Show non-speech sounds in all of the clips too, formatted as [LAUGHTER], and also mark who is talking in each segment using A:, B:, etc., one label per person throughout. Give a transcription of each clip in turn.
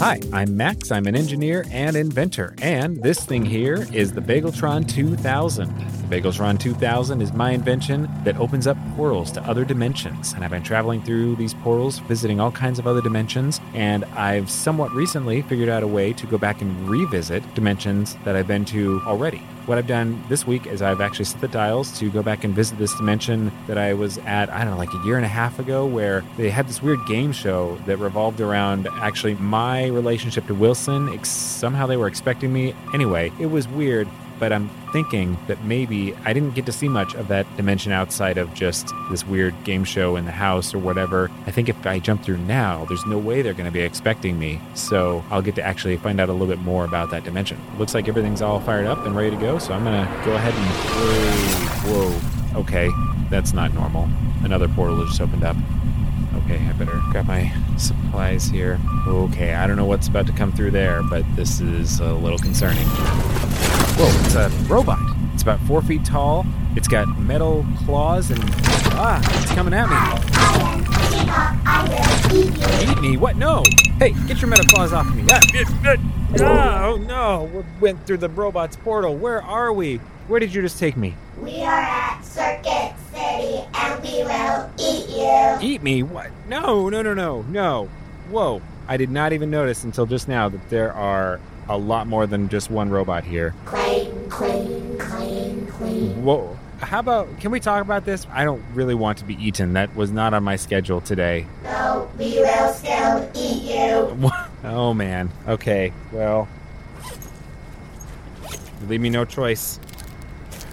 A: Hi, I'm Max. I'm an engineer and inventor, and this thing here is the Bageltron 2000. The Bageltron 2000 is my invention that opens up portals to other dimensions, and I've been traveling through these portals, visiting all kinds of other dimensions, and I've somewhat recently figured out a way to go back and revisit dimensions that I've been to already. What I've done this week is I've actually set the dials to go back and visit this dimension that I was at, I don't know, like a year and a half ago, where they had this weird game show that revolved around actually my relationship to Wilson. Ex- somehow they were expecting me. Anyway, it was weird, but I'm thinking that maybe I didn't get to see much of that dimension outside of just this weird game show in the house or whatever. I think if I jump through now, there's no way they're going to be expecting me. So I'll get to actually find out a little bit more about that dimension. Looks like everything's all fired up and ready to go. So I'm going to go ahead and. Whoa, whoa. Okay, that's not normal. Another portal just opened up. Okay, I better grab my supplies here. Okay, I don't know what's about to come through there, but this is a little concerning. Whoa, it's a robot. It's about four feet tall. It's got metal claws and ah, it's coming at me. Eat me? What? No. Hey, get your metal claws off me. Ah, it- it- ah, oh no, we went through the robot's portal. Where are we? Where did you just take me?
B: We are at Circuit City and we will eat you.
A: Eat me? What? No, no, no, no, no. Whoa. I did not even notice until just now that there are a lot more than just one robot here.
B: Clean, clean, clean, clean.
A: Whoa. How about, can we talk about this? I don't really want to be eaten. That was not on my schedule today. [LAUGHS]
B: No, we will still eat you.
A: oh, man. Okay, well. you Leave me no choice.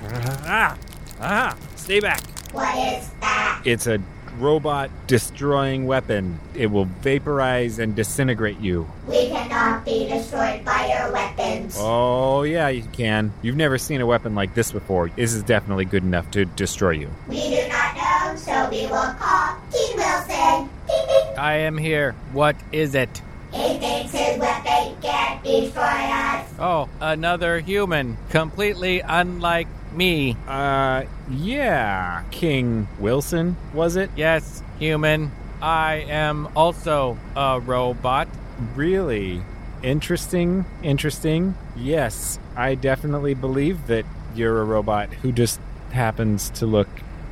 A: Ah! Ah! Stay back!
B: What is that?
A: It's a robot destroying weapon. It will vaporize and disintegrate you.
B: We cannot be destroyed by your weapons.
A: Oh, yeah, you can. You've never seen a weapon like this before. This is definitely good enough to destroy you.
B: We do not know, so we will call King Wilson. Ding, ding.
C: I am here. What is it?
B: He thinks his weapon can destroy us.
C: Oh, another human. Completely unlike me.
A: Uh, yeah. King Wilson, was it?
C: Yes, human. I am also a robot.
A: Really interesting. Interesting. Yes, I definitely believe that you're a robot who just happens to look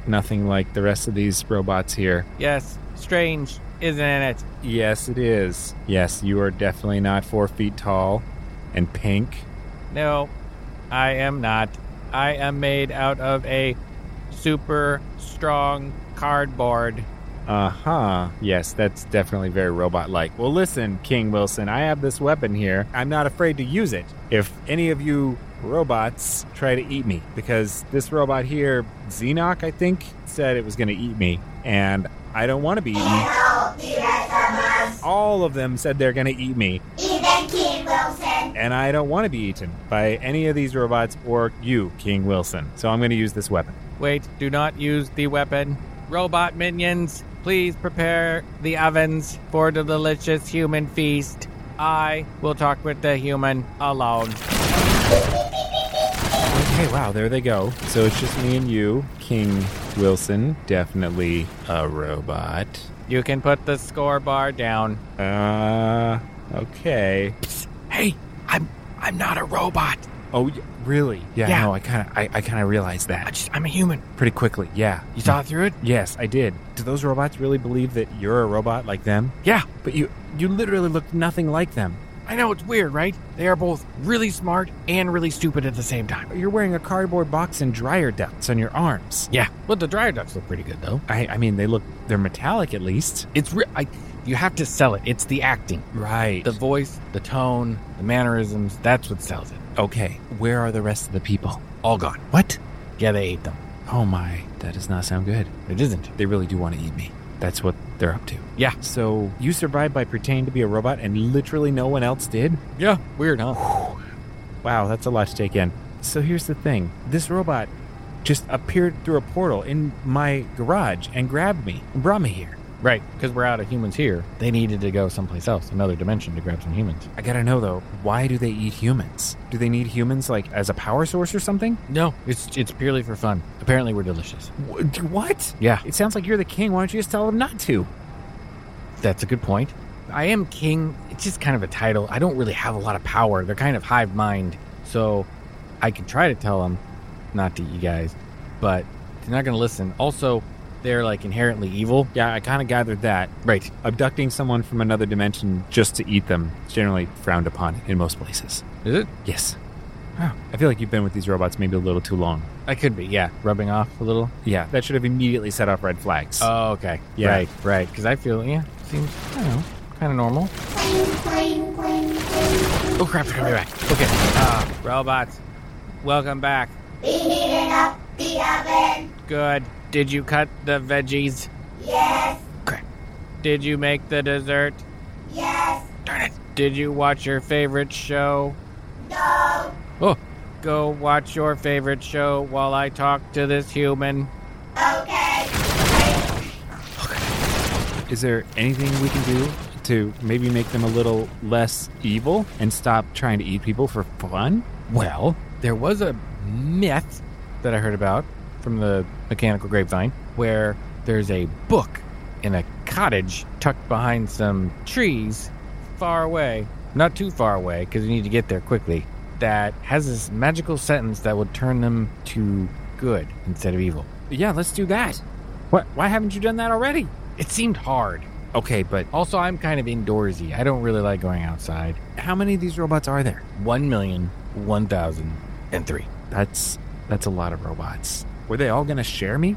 A: nothing like the rest of these robots here.
C: Yes, strange, isn't it?
A: Yes, it is. Yes, you are definitely not four feet tall and pink.
C: No, I am not. I am made out of a super strong cardboard.
A: Uh huh. Yes, that's definitely very robot like. Well, listen, King Wilson, I have this weapon here. I'm not afraid to use it if any of you robots try to eat me. Because this robot here, Xenoc, I think, said it was going to eat me. And I don't want to be eaten.
B: No, the rest of us.
A: All of them said they're going to eat me.
B: Even King Wilson.
A: And I don't want to be eaten by any of these robots or you, King Wilson. So I'm going to use this weapon.
C: Wait, do not use the weapon. Robot minions, please prepare the ovens for the delicious human feast. I will talk with the human alone.
A: Okay, wow, there they go. So it's just me and you, King Wilson, definitely a robot.
C: You can put the score bar down.
A: Uh, okay.
C: Hey, I'm I'm not a robot.
A: Oh, y- really? Yeah,
C: Yeah.
A: no, I kind of, I, I kind of realized
C: I
A: that
C: just I'm a human.
A: pretty quickly. Yeah,
C: You saw through it?
A: Yes, I did. Do those robots really believe that you're a robot like them?
C: Yeah.
A: But you, you literally look nothing like them.
C: I know it's weird, right? They are both really smart and really stupid at the same time.
A: You're wearing a cardboard box and dryer ducts on your arms.
C: Yeah. But the dryer ducks look pretty good though.
A: I, I mean, they look, they're metallic at least.
C: It's re- I you have to sell it. It's the acting.
A: Right.
C: The voice, the tone, the mannerisms, that's what sells it.
A: okay, where are the rest of the people?
C: All gone.
A: What?
C: Yeah, they ate them.
A: Oh my, that does not sound good.
C: It isn't.
A: They really do want to eat me. That's what they're up to.
C: Yeah.
A: So you survived by pretending to be a robot and literally no one else did?
C: Yeah. Weird, huh?
A: Wow, that's a lot to take in. So here's the thing this robot just appeared through a portal in my garage and grabbed me and brought me here.
C: Right, because we're out of humans here. They needed to go someplace else, another dimension to grab some humans.
A: I gotta know though, why do they eat humans? Do they need humans like as a power source or something?
C: No, it's it's purely for fun. Apparently we're delicious.
A: Wh- d- What?
C: Yeah.
A: It sounds like you're the king. Why don't you just tell them not to?
C: That's a good point. I am king. It it's just kind of a title. I don't really have a lot of power. They're kind of hive mind. So I can try to tell them not to eat you guys, but they're not going to listen. Also, they're like inherently evil.
A: Yeah, I kind of gathered that.
C: Right.
A: Abducting someone from another dimension just to eat them is generally frowned upon in most places.
C: Is it?
A: Yes. Wow. I feel like you've been with these robots maybe a little too long.
C: I could be. Yeah. Rubbing off a little.
A: Yeah, that should have immediately set off red flags.
C: Oh, okay.
A: Yeah.
C: Right, right. Because I feel, yeah, seems, I don't know, kind of normal.
B: Clang, clang, clang, clang.
C: Oh, crap, coming back. Okay. Uh, robots, welcome back.
B: We heated up the oven.
C: Good. Did you cut the veggies?
B: Yes,
C: Did you make the dessert?
B: yes,
C: Darn it. Did you watch your favorite show?
B: no.
C: Oh. Go watch your favorite show while I talk to this human.
B: Okay.
A: Is there anything we can do to maybe make them a little less evil and stop trying to eat people for fun?
C: Well, there was a myth that I heard about from the mechanical grapevine where there's a book in a cottage tucked behind some trees far away, not too far away because you need to get there quickly, that has this magical sentence that will turn them to good instead of evil.
A: Yeah, let's do that. What? Why haven't you done that already?
C: It seemed hard.
A: Okay, but
C: Also, I'm kind of indoorsy. I don't really like going outside.
A: how many of these robots are there?
C: 1 million, 1,003.
A: That's that's a lot of robots. Were they all gonna share me?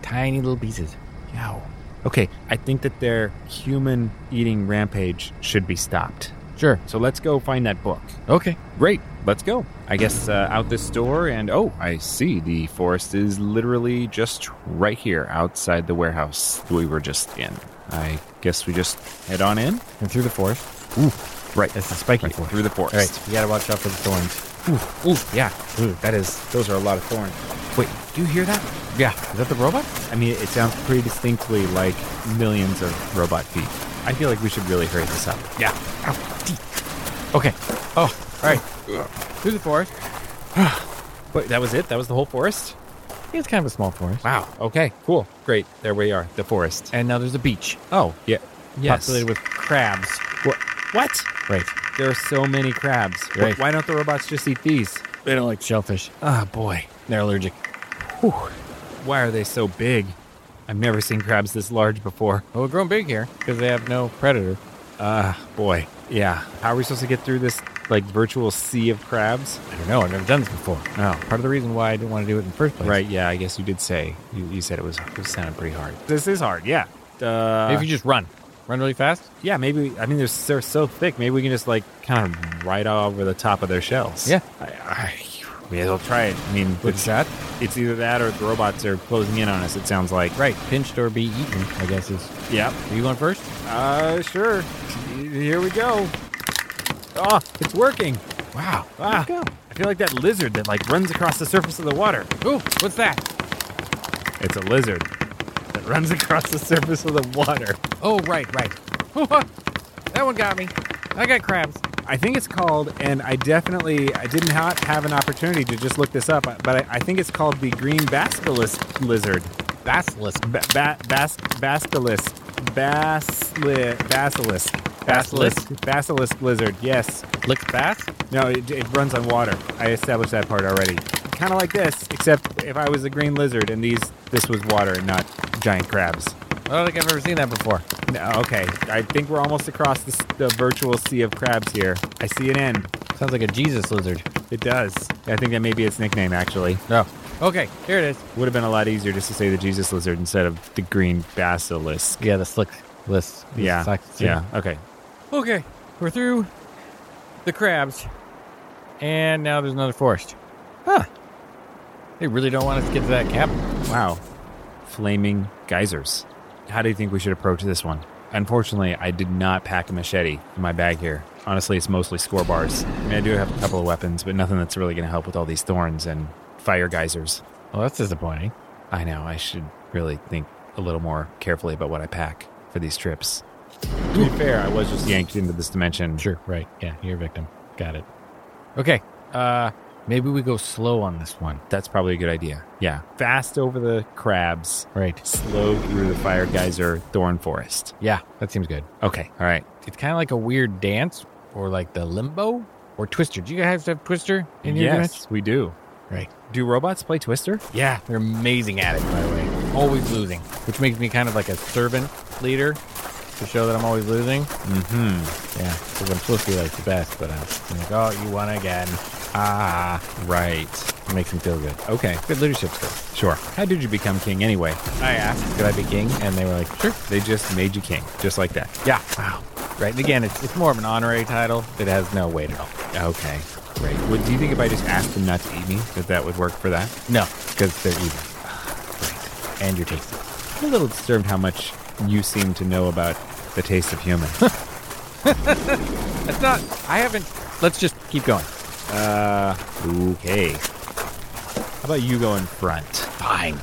C: Tiny little pieces.
A: No. Okay, I think that their human eating rampage should be stopped.
C: Sure.
A: So let's go find that book.
C: Okay.
A: Great, let's go. I guess uh, out this door, and oh, I see the forest is literally just right here outside the warehouse we were just in. I guess we just head on in.
C: And through the forest.
A: Right,
C: It's a spiky
A: right
C: forest.
A: through the
C: All right,
A: forest.
C: you gotta watch out for the thorns.
A: Ooh, ooh, yeah, ooh, that is. Those are a lot of thorns. Wait, do you hear that?
C: Yeah, is that the robot?
A: I mean, it sounds pretty distinctly like millions of robot feet. I feel like we should really hurry this up.
C: Yeah. Ow, tee. Okay. Oh, all right. Through
A: [SIGHS]
C: the forest.
A: But that was it. That was the whole forest.
C: It's kind of a small forest.
A: Wow. Okay. Cool. Great. There we are. The forest.
C: And now there's a beach
A: Oh, yeah. Yes.
C: populated with crabs.
A: Wha- What?
C: Right.
A: There are so many crabs. Wh-
C: Right.
A: Why don't the robots just eat these?
C: They don't like shellfish.
A: Ah, boy.
C: They're allergic.
A: Whew. Why are they so big? I've never seen crabs this large before.
C: Well, we're growing big here because they have no predator.
A: Ah, boy. Yeah. How are we supposed to get through this like virtual sea of crabs?
C: I don't know. I've never done this before.
A: Oh,
C: Part of the reason why I didn't want to do it in the first place.
A: right. Yeah, I guess you did say you, you said it was it sounded pretty hard. This is hard. Yeah. Uh,
C: if you just run, run really fast.
A: yeah, maybe. I mean, they're, they're so thick. Maybe we can just like kind of ride over the top of their shells.
C: Yeah.
A: I, I, we will try it. I mean,
C: With a shot.
A: It's either that or the robots are closing in on us, it sounds like.
C: Right. Pinched or be eaten, I guess is.
A: Yep.
C: Are you going first?
A: Uh, sure. Here we go. Oh, it's working.
C: Wow.
A: Ah,
C: Let's go.
A: I feel like that lizard that like runs across the surface of the water.
C: Ooh, what's that?
A: It's a lizard that runs across the surface of the water.
C: Oh, right, right. [LAUGHS] that one got me. I got crabs.
A: I think it's called, and I definitely I didn't ha- have an opportunity to just look this up, but I, I think it's called the green basilisk lizard.
C: Basilisk.
A: Ba- ba- bas- basilisk. Basli- basilisk. Basilisk. Basilisk lizard, yes.
C: Licks bass?
A: No, it, it runs on water. I established that part already. Kind of like this, except if I was a green lizard and these, this was water and not giant crabs.
C: I don't think I've ever seen that before.
A: No, okay, I think we're almost across the, s- the virtual sea of crabs here. I see an end.
C: Sounds like a Jesus lizard.
A: It does. I think that may be its nickname, actually.
C: No. Okay, here it is.
A: Would have been a lot easier just to say the Jesus lizard instead of the green basilisk.
C: Yeah, the slick list.
A: Yeah. Yeah. Okay.
C: Okay, we're through the crabs. And now there's another forest. Huh. They really don't want us to get to that cabin.
A: Wow. Flaming geysers. How do you think we should approach this one? Unfortunately, I did not pack a machete in my bag here. Honestly, it's mostly score bars. I mean, I do have a couple of weapons, but nothing that's really going to help with all these thorns and fire geysers.
C: Well, that's disappointing.
A: I know, I should really think a little more carefully about what I pack for these trips. To be fair, I was just yanked into this dimension.
C: Sure, right. Yeah, you're a victim. Got it. Okay, uh, Maybe we go slow on this one.
A: That's probably a good idea. Yeah. Fast over the crabs,
C: Right.
A: slow through the fire geyser thorn forest.
C: Yeah, that seems good.
A: Okay. All right.
C: It's kind of like a weird dance or like the limbo or Twister. Do you guys have Twister in your
A: yes, we do.
C: events? Right.
A: Do robots play Twister?
C: Yeah, they're amazing at it, by the way. Always losing, which makes me kind of like a servant leader to show that I'm always losing.
A: Mm-hmm.
C: Yeah, because I'm supposed to be like the best, but uh, I'm like, oh, you won again. Ah,
A: Right.
C: it makes him feel good.
A: Okay.
C: Good leadership skills.
A: Sure. How did you become king anyway?
C: I asked, could I be king? And they were like, sure.
A: They just made you king, just like that.
C: Yeah. Wow. Right. And again, it's, it's more of an honorary title. It has no weight at all.
A: Okay. Great. Would do you think if I just asked them not to eat me, that that would work for that?
C: No, because they're evil. And you're tasty.
A: I'm a little disturbed how much you seem to know about the taste of human. [LAUGHS]
C: That's not, I haven't, let's just keep going.
A: uh, okay. How about you go in front?
C: Fine.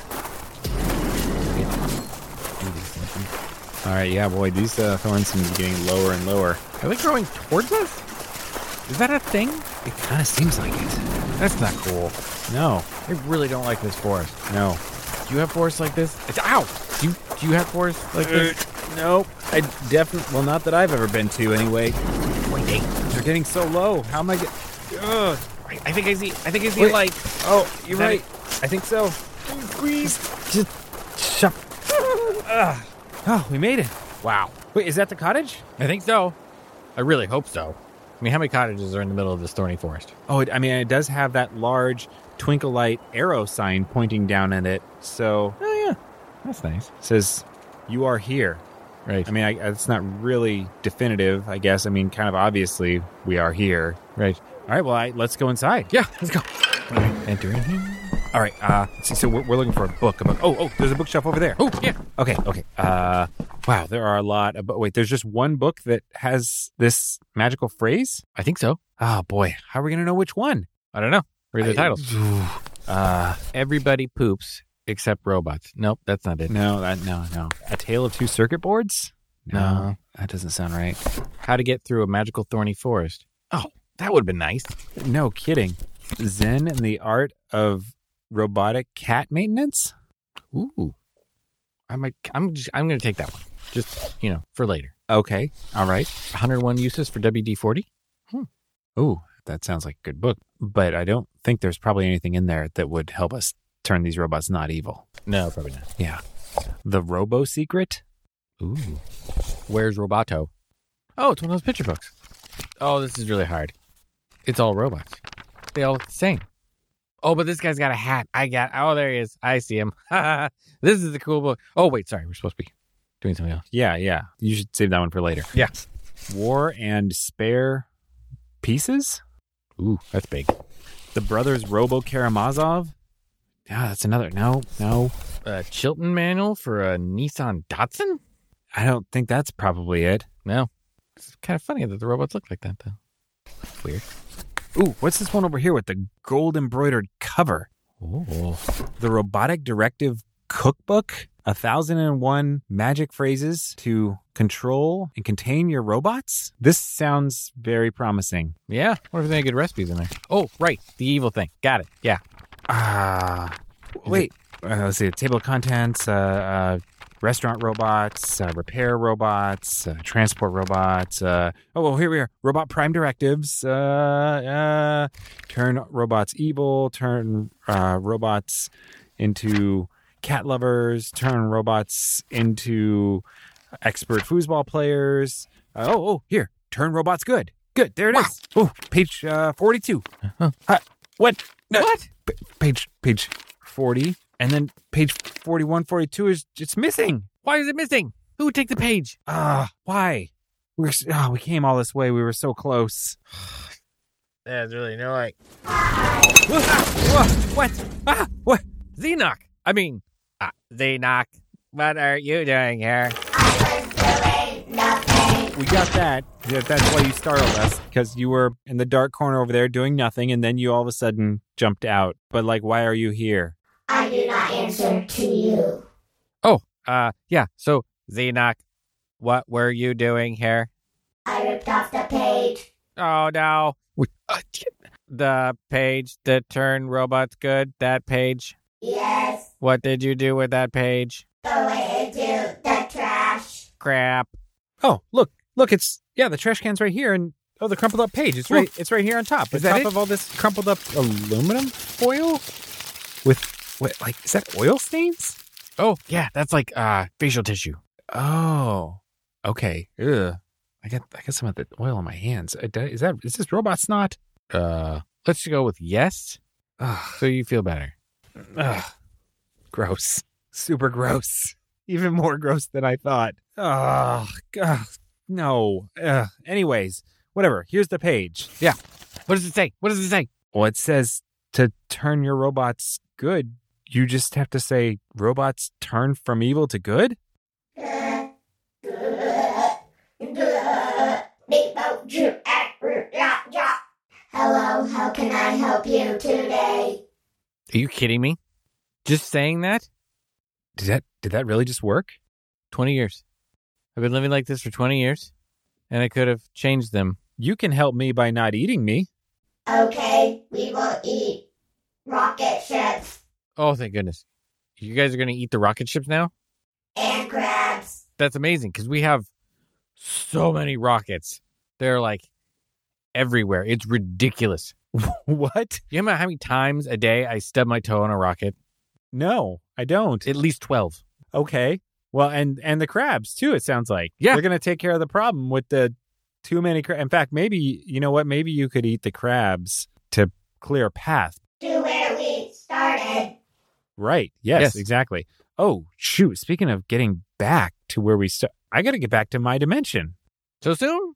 A: All right, yeah, boy, these uh, thorns seem to be getting lower and lower.
C: Are they growing towards us? Is that a thing?
A: It kind of seems like it.
C: That's not cool.
A: No,
C: I really don't like this forest.
A: no.
C: Do you have forests like this? It's, ow! Do you, do you have forests like this?
A: no, Uh, I definitely, well, not that I've ever been to anyway. Uh,
C: Wait,
A: They're getting so low. How am I get? Ugh.
C: I, I think I see, I think I see
A: Wait.
C: like,
A: Oh, you're
C: Is that
A: right.
C: it?
A: I think so. Squeeze. Just shut. Ugh. Oh, we made it.
C: wow.
A: Wait, is that the cottage?
C: I think so. I really hope so. I mean, how many cottages are in the middle of this thorny forest?
A: Oh, it, I mean, it does have that large twinkle light arrow sign pointing down at it. So
C: Oh, yeah. That's nice.
A: it says, "You are here."
C: Right.
A: I mean, I, it's not really definitive, I guess. I mean, kind of obviously, we are here.
C: right.
A: All right. Well, I, let's go inside.
C: Yeah, let's go. Enter in here.
A: All right. Uh, let's see, so we're, we're looking for a book. A book. Oh, oh, there's a bookshelf over there.
C: Oh, yeah.
A: Okay, okay. Uh, wow, there are a lot. Of, but wait, there's just one book that has this magical phrase.
C: I think so.
A: Oh boy, how are we gonna know which one?
C: I don't know. Read the
A: I-
C: titles.
A: Uh,
C: Everybody poops except robots. Nope, that's not it.
A: no, that no, no. A Tale of Two Circuit Boards.
C: No.
A: that doesn't sound right.
C: How to get through a magical thorny forest. Oh, that would have been nice.
A: No kidding. Zen and the Art of Robotic Cat Maintenance.
C: Ooh. I might I'm just, I'm going to take that one. Just, you know, for later.
A: Okay, all right.
C: 101 uses for WD-40?
A: Ooh, that sounds like a good book. But I don't think there's probably anything in there that would help us turn these robots not evil.
C: No, probably not.
A: Yeah. The Robo Secret.
C: Ooh. Where's Roboto? Oh, it's one of those picture books. Oh, this is really hard. It's all robots. They all look the same. Oh, but this guy's got a hat. I got. Oh, there he is. I see him. [LAUGHS] this is the cool book. Oh, wait, sorry. We're supposed to be doing something else.
A: Yeah, yeah. You should save that one for later.
C: Yeah.
A: War and Spare Pieces?
C: [LAUGHS] Ooh, that's big.
A: The Brothers Robo Karamazov? Yeah, that's another. No, no.
C: A Chilton manual for a Nissan Datsun?
A: I don't think that's probably it.
C: No. It's kind of funny that the robots look like that, though. Weird.
A: Ooh, what's this one over here with the gold embroidered cover?
C: Oh.
A: The Robotic Directive Cookbook? A thousand and one magic phrases to control and contain your robots? This sounds very promising.
C: Yeah. What if they had good recipes in there? Oh, right. The evil thing. Got it. Yeah.
A: Ah,
C: it-
A: wait. Uh, let's see. Table of contents. Uh, uh, restaurant robots. Uh, repair robots. Uh, transport robots. Uh, oh, well, here we are. Robot prime directives. Uh, uh, turn robots evil. Turn uh, robots into cat lovers. Turn robots into expert foosball players. Uh, oh, oh, here. Turn robots good. Good. There it is. Oh, page uh, forty-two. Uh, what? No
C: What?
A: p- page page 40 and then page 41 42 is it's missing
C: Why is it missing? Who would take the page?
A: ah why we're s- ah, we came all this way we were so close
C: That's really annoying.
A: Whoa, ah, whoa, what ah what
C: Zenock. I mean, uh, Zenock, what are you doing here?
B: I was doing nothing.
A: we got that Yeah, that's why you startled us because you were in the dark corner over there doing nothing and then you all of a sudden jumped out but like why are you here
B: I do not answer to you.
C: Oh, uh, yeah. So, Zenock, what were you doing here?
B: I ripped off the page.
C: Oh, no. We- uh, The page that turned robots good, that page.
B: Yes,
C: What did you do with that page?
B: the way to the trash.
C: Crap.
A: Oh, look, look, it's yeah, the trash can's right here, and oh, the crumpled up page. It's right, it's right here on top.
C: Is
A: On
C: that
A: top
C: it?
A: of all this crumpled up aluminum foil with what? Like, is that oil stains?
C: Oh, yeah, that's like uh facial tissue.
A: Oh, okay. Ugh. I got I got some of the oil on my hands. Uh, Is that is this robot snot?
C: Uh let's go with yes
A: Ugh,
C: so you feel better.
A: ugh. Gross. Super gross. Even more gross than I thought. Ugh. Ugh. No. Ugh. Anyways, whatever. Here's the page.
C: What does it say? What does it say?
A: Well, it says to turn your robots good. You just have to say robots turn from evil to good.
B: Hello, how can I help you today?
C: Are you kidding me? Just saying that?
A: Did that did that really just work?
C: 20 years. I've been living like this for 20 years and I could have changed them.
A: You can help me by not eating me. [LAUGHS]
B: Okay, we will eat rocket ships
C: Oh, thank goodness. You guys are going to eat the rocket ships now?
B: and crabs.
C: That's amazing because we have so many rockets. They're like everywhere. It's ridiculous.
A: what?
C: You know how many times a day I stub my toe on a rocket?
A: No, I don't.
C: At least 12.
A: Okay. Well, and and the crabs too. It sounds like
C: Yeah.
A: they're going to take care of the problem with the too many. Cra- In fact, maybe you know what? Maybe you could eat the crabs to clear a path.
B: to where we started.
A: Right. Yes,
C: Yes.
A: exactly. Oh, shoot. Speaking of getting back to where we start, I got to get back to my dimension.
C: So soon?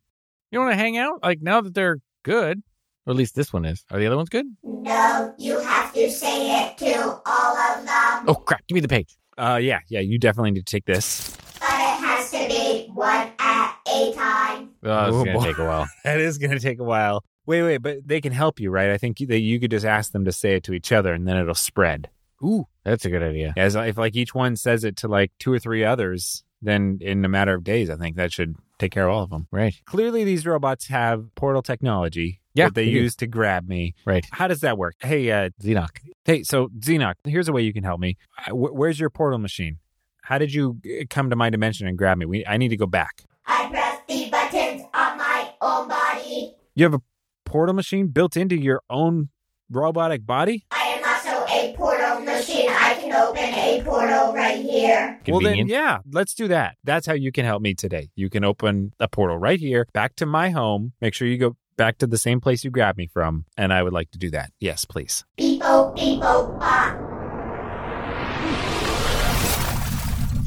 C: You want to hang out? Like now that they're good, or at least this one is. Are the other ones good?
B: No, you have to say it to all of them,
C: Oh, crap. Give me the page.
A: Uh, yeah, yeah, you definitely need to take this.
B: but it has to be one at a time.
C: Oh,
A: Oh,
C: it's going
A: boy.
C: to take a while.
A: [LAUGHS] That is going to take a while. Wait, wait, but they can help you, right? I think you- that you could just ask them to say it to each other and then it'll spread.
C: Ooh, that's a good idea.
A: As if like each one says it to like two or three others, then in a matter of days, I think that should take care of all of them.
C: Right.
A: Clearly, these robots have portal technology
C: Yeah,
A: that they
C: they do.
A: use to grab me.
C: Right.
A: How does that work? Hey, uh,
C: Xenoc.
A: Hey, so Xenoc, here's a way you can help me. Uh, Wh- where's your portal machine? How did you uh, come to my dimension and grab me? We, I need to go back.
B: I press the buttons on my own body.
A: You have a portal machine built into your own robotic body?
B: I am also a portal machine. I can open a portal right here.
A: Well, then,
C: Convenient.
A: yeah, let's do that. That's how you can help me today. You can open a portal right here back to my home. Make sure you go back to the same place you grabbed me from. And I would like to do that. Yes, please.
B: Beepo, beepo, bop.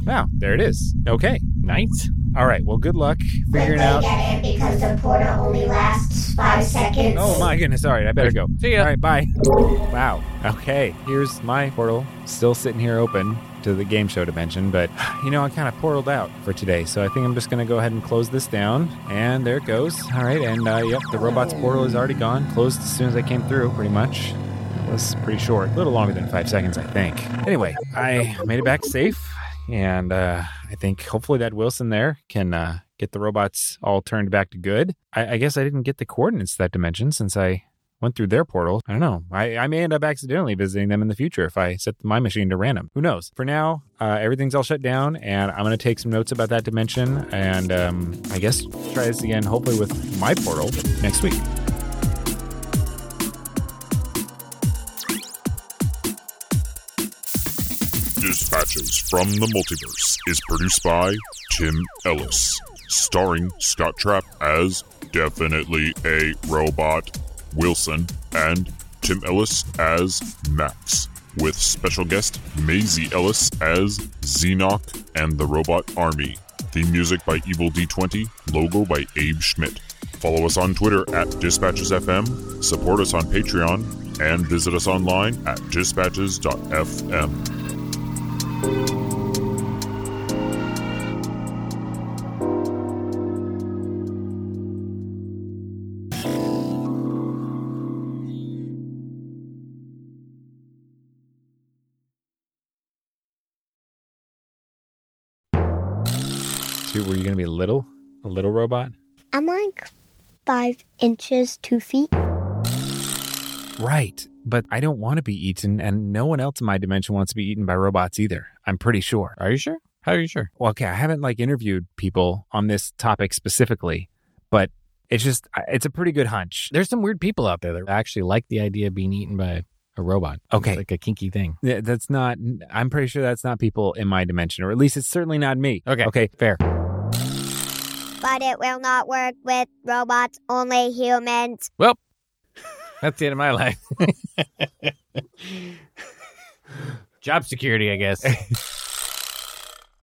A: Wow, there it is. Okay.
C: Nice.
A: All right. Well, good luck figuring
B: Quickly
A: out.
B: get in because the portal only lasts five seconds.
A: Oh, my goodness. All right. I better go.
C: See ya.
A: All right, bye. Wow. Okay, here's my portal. Still sitting here open to the game show dimension, but you know, I kind of portaled out for today, so I think I'm just going to go ahead and close this down. And there it goes. All right, and uh, yep, the robot's portal is already gone. Closed as soon as I came through, pretty much. That was pretty short. A little longer than five seconds, I think. Anyway, I made it back safe, and uh, I think hopefully that Wilson there can uh, get the robots all turned back to good. I, I guess I didn't get the coordinates to that dimension since I went through their portal. I don't know. I, I may end up accidentally visiting them in the future if I set my machine to random. Who knows? For now, uh, everything's all shut down, and I'm going to take some notes about that dimension, and um, I guess try this again, hopefully with my portal next week.
D: Dispatches from the Multiverse is produced by Tim Ellis, starring Scott Trapp as definitely a robot, Wilson, and Tim Ellis as Max, with special guest Maisie Ellis as Xenoc and the Robot Army. Theme music by Evil D20, logo by Abe Schmidt. Follow us on Twitter at DispatchesFM, support us on Patreon, and visit us online at dispatches.fm.
A: Dude, were you going to be little? A little robot?
E: I'm like five inches, two feet.
A: Right. But I don't want to be eaten, and no one else in my dimension wants to be eaten by robots either. I'm pretty sure.
C: Are you sure? How are you sure?
A: Well, okay, I haven't like interviewed people on this topic specifically, but it's just, I- it's a pretty good hunch.
C: There's some weird people out there that actually like the idea of being eaten by a robot.
A: Okay.
C: It's like a kinky thing.
A: Yeah, That's not, I'm pretty sure that's not people in my dimension, or at least it's certainly not me.
C: Okay.
A: Okay.
C: Fair.
B: But it will not work with robots, only humans.
C: That's the end of my [LAUGHS] [LAUGHS] life. Job security, I guess.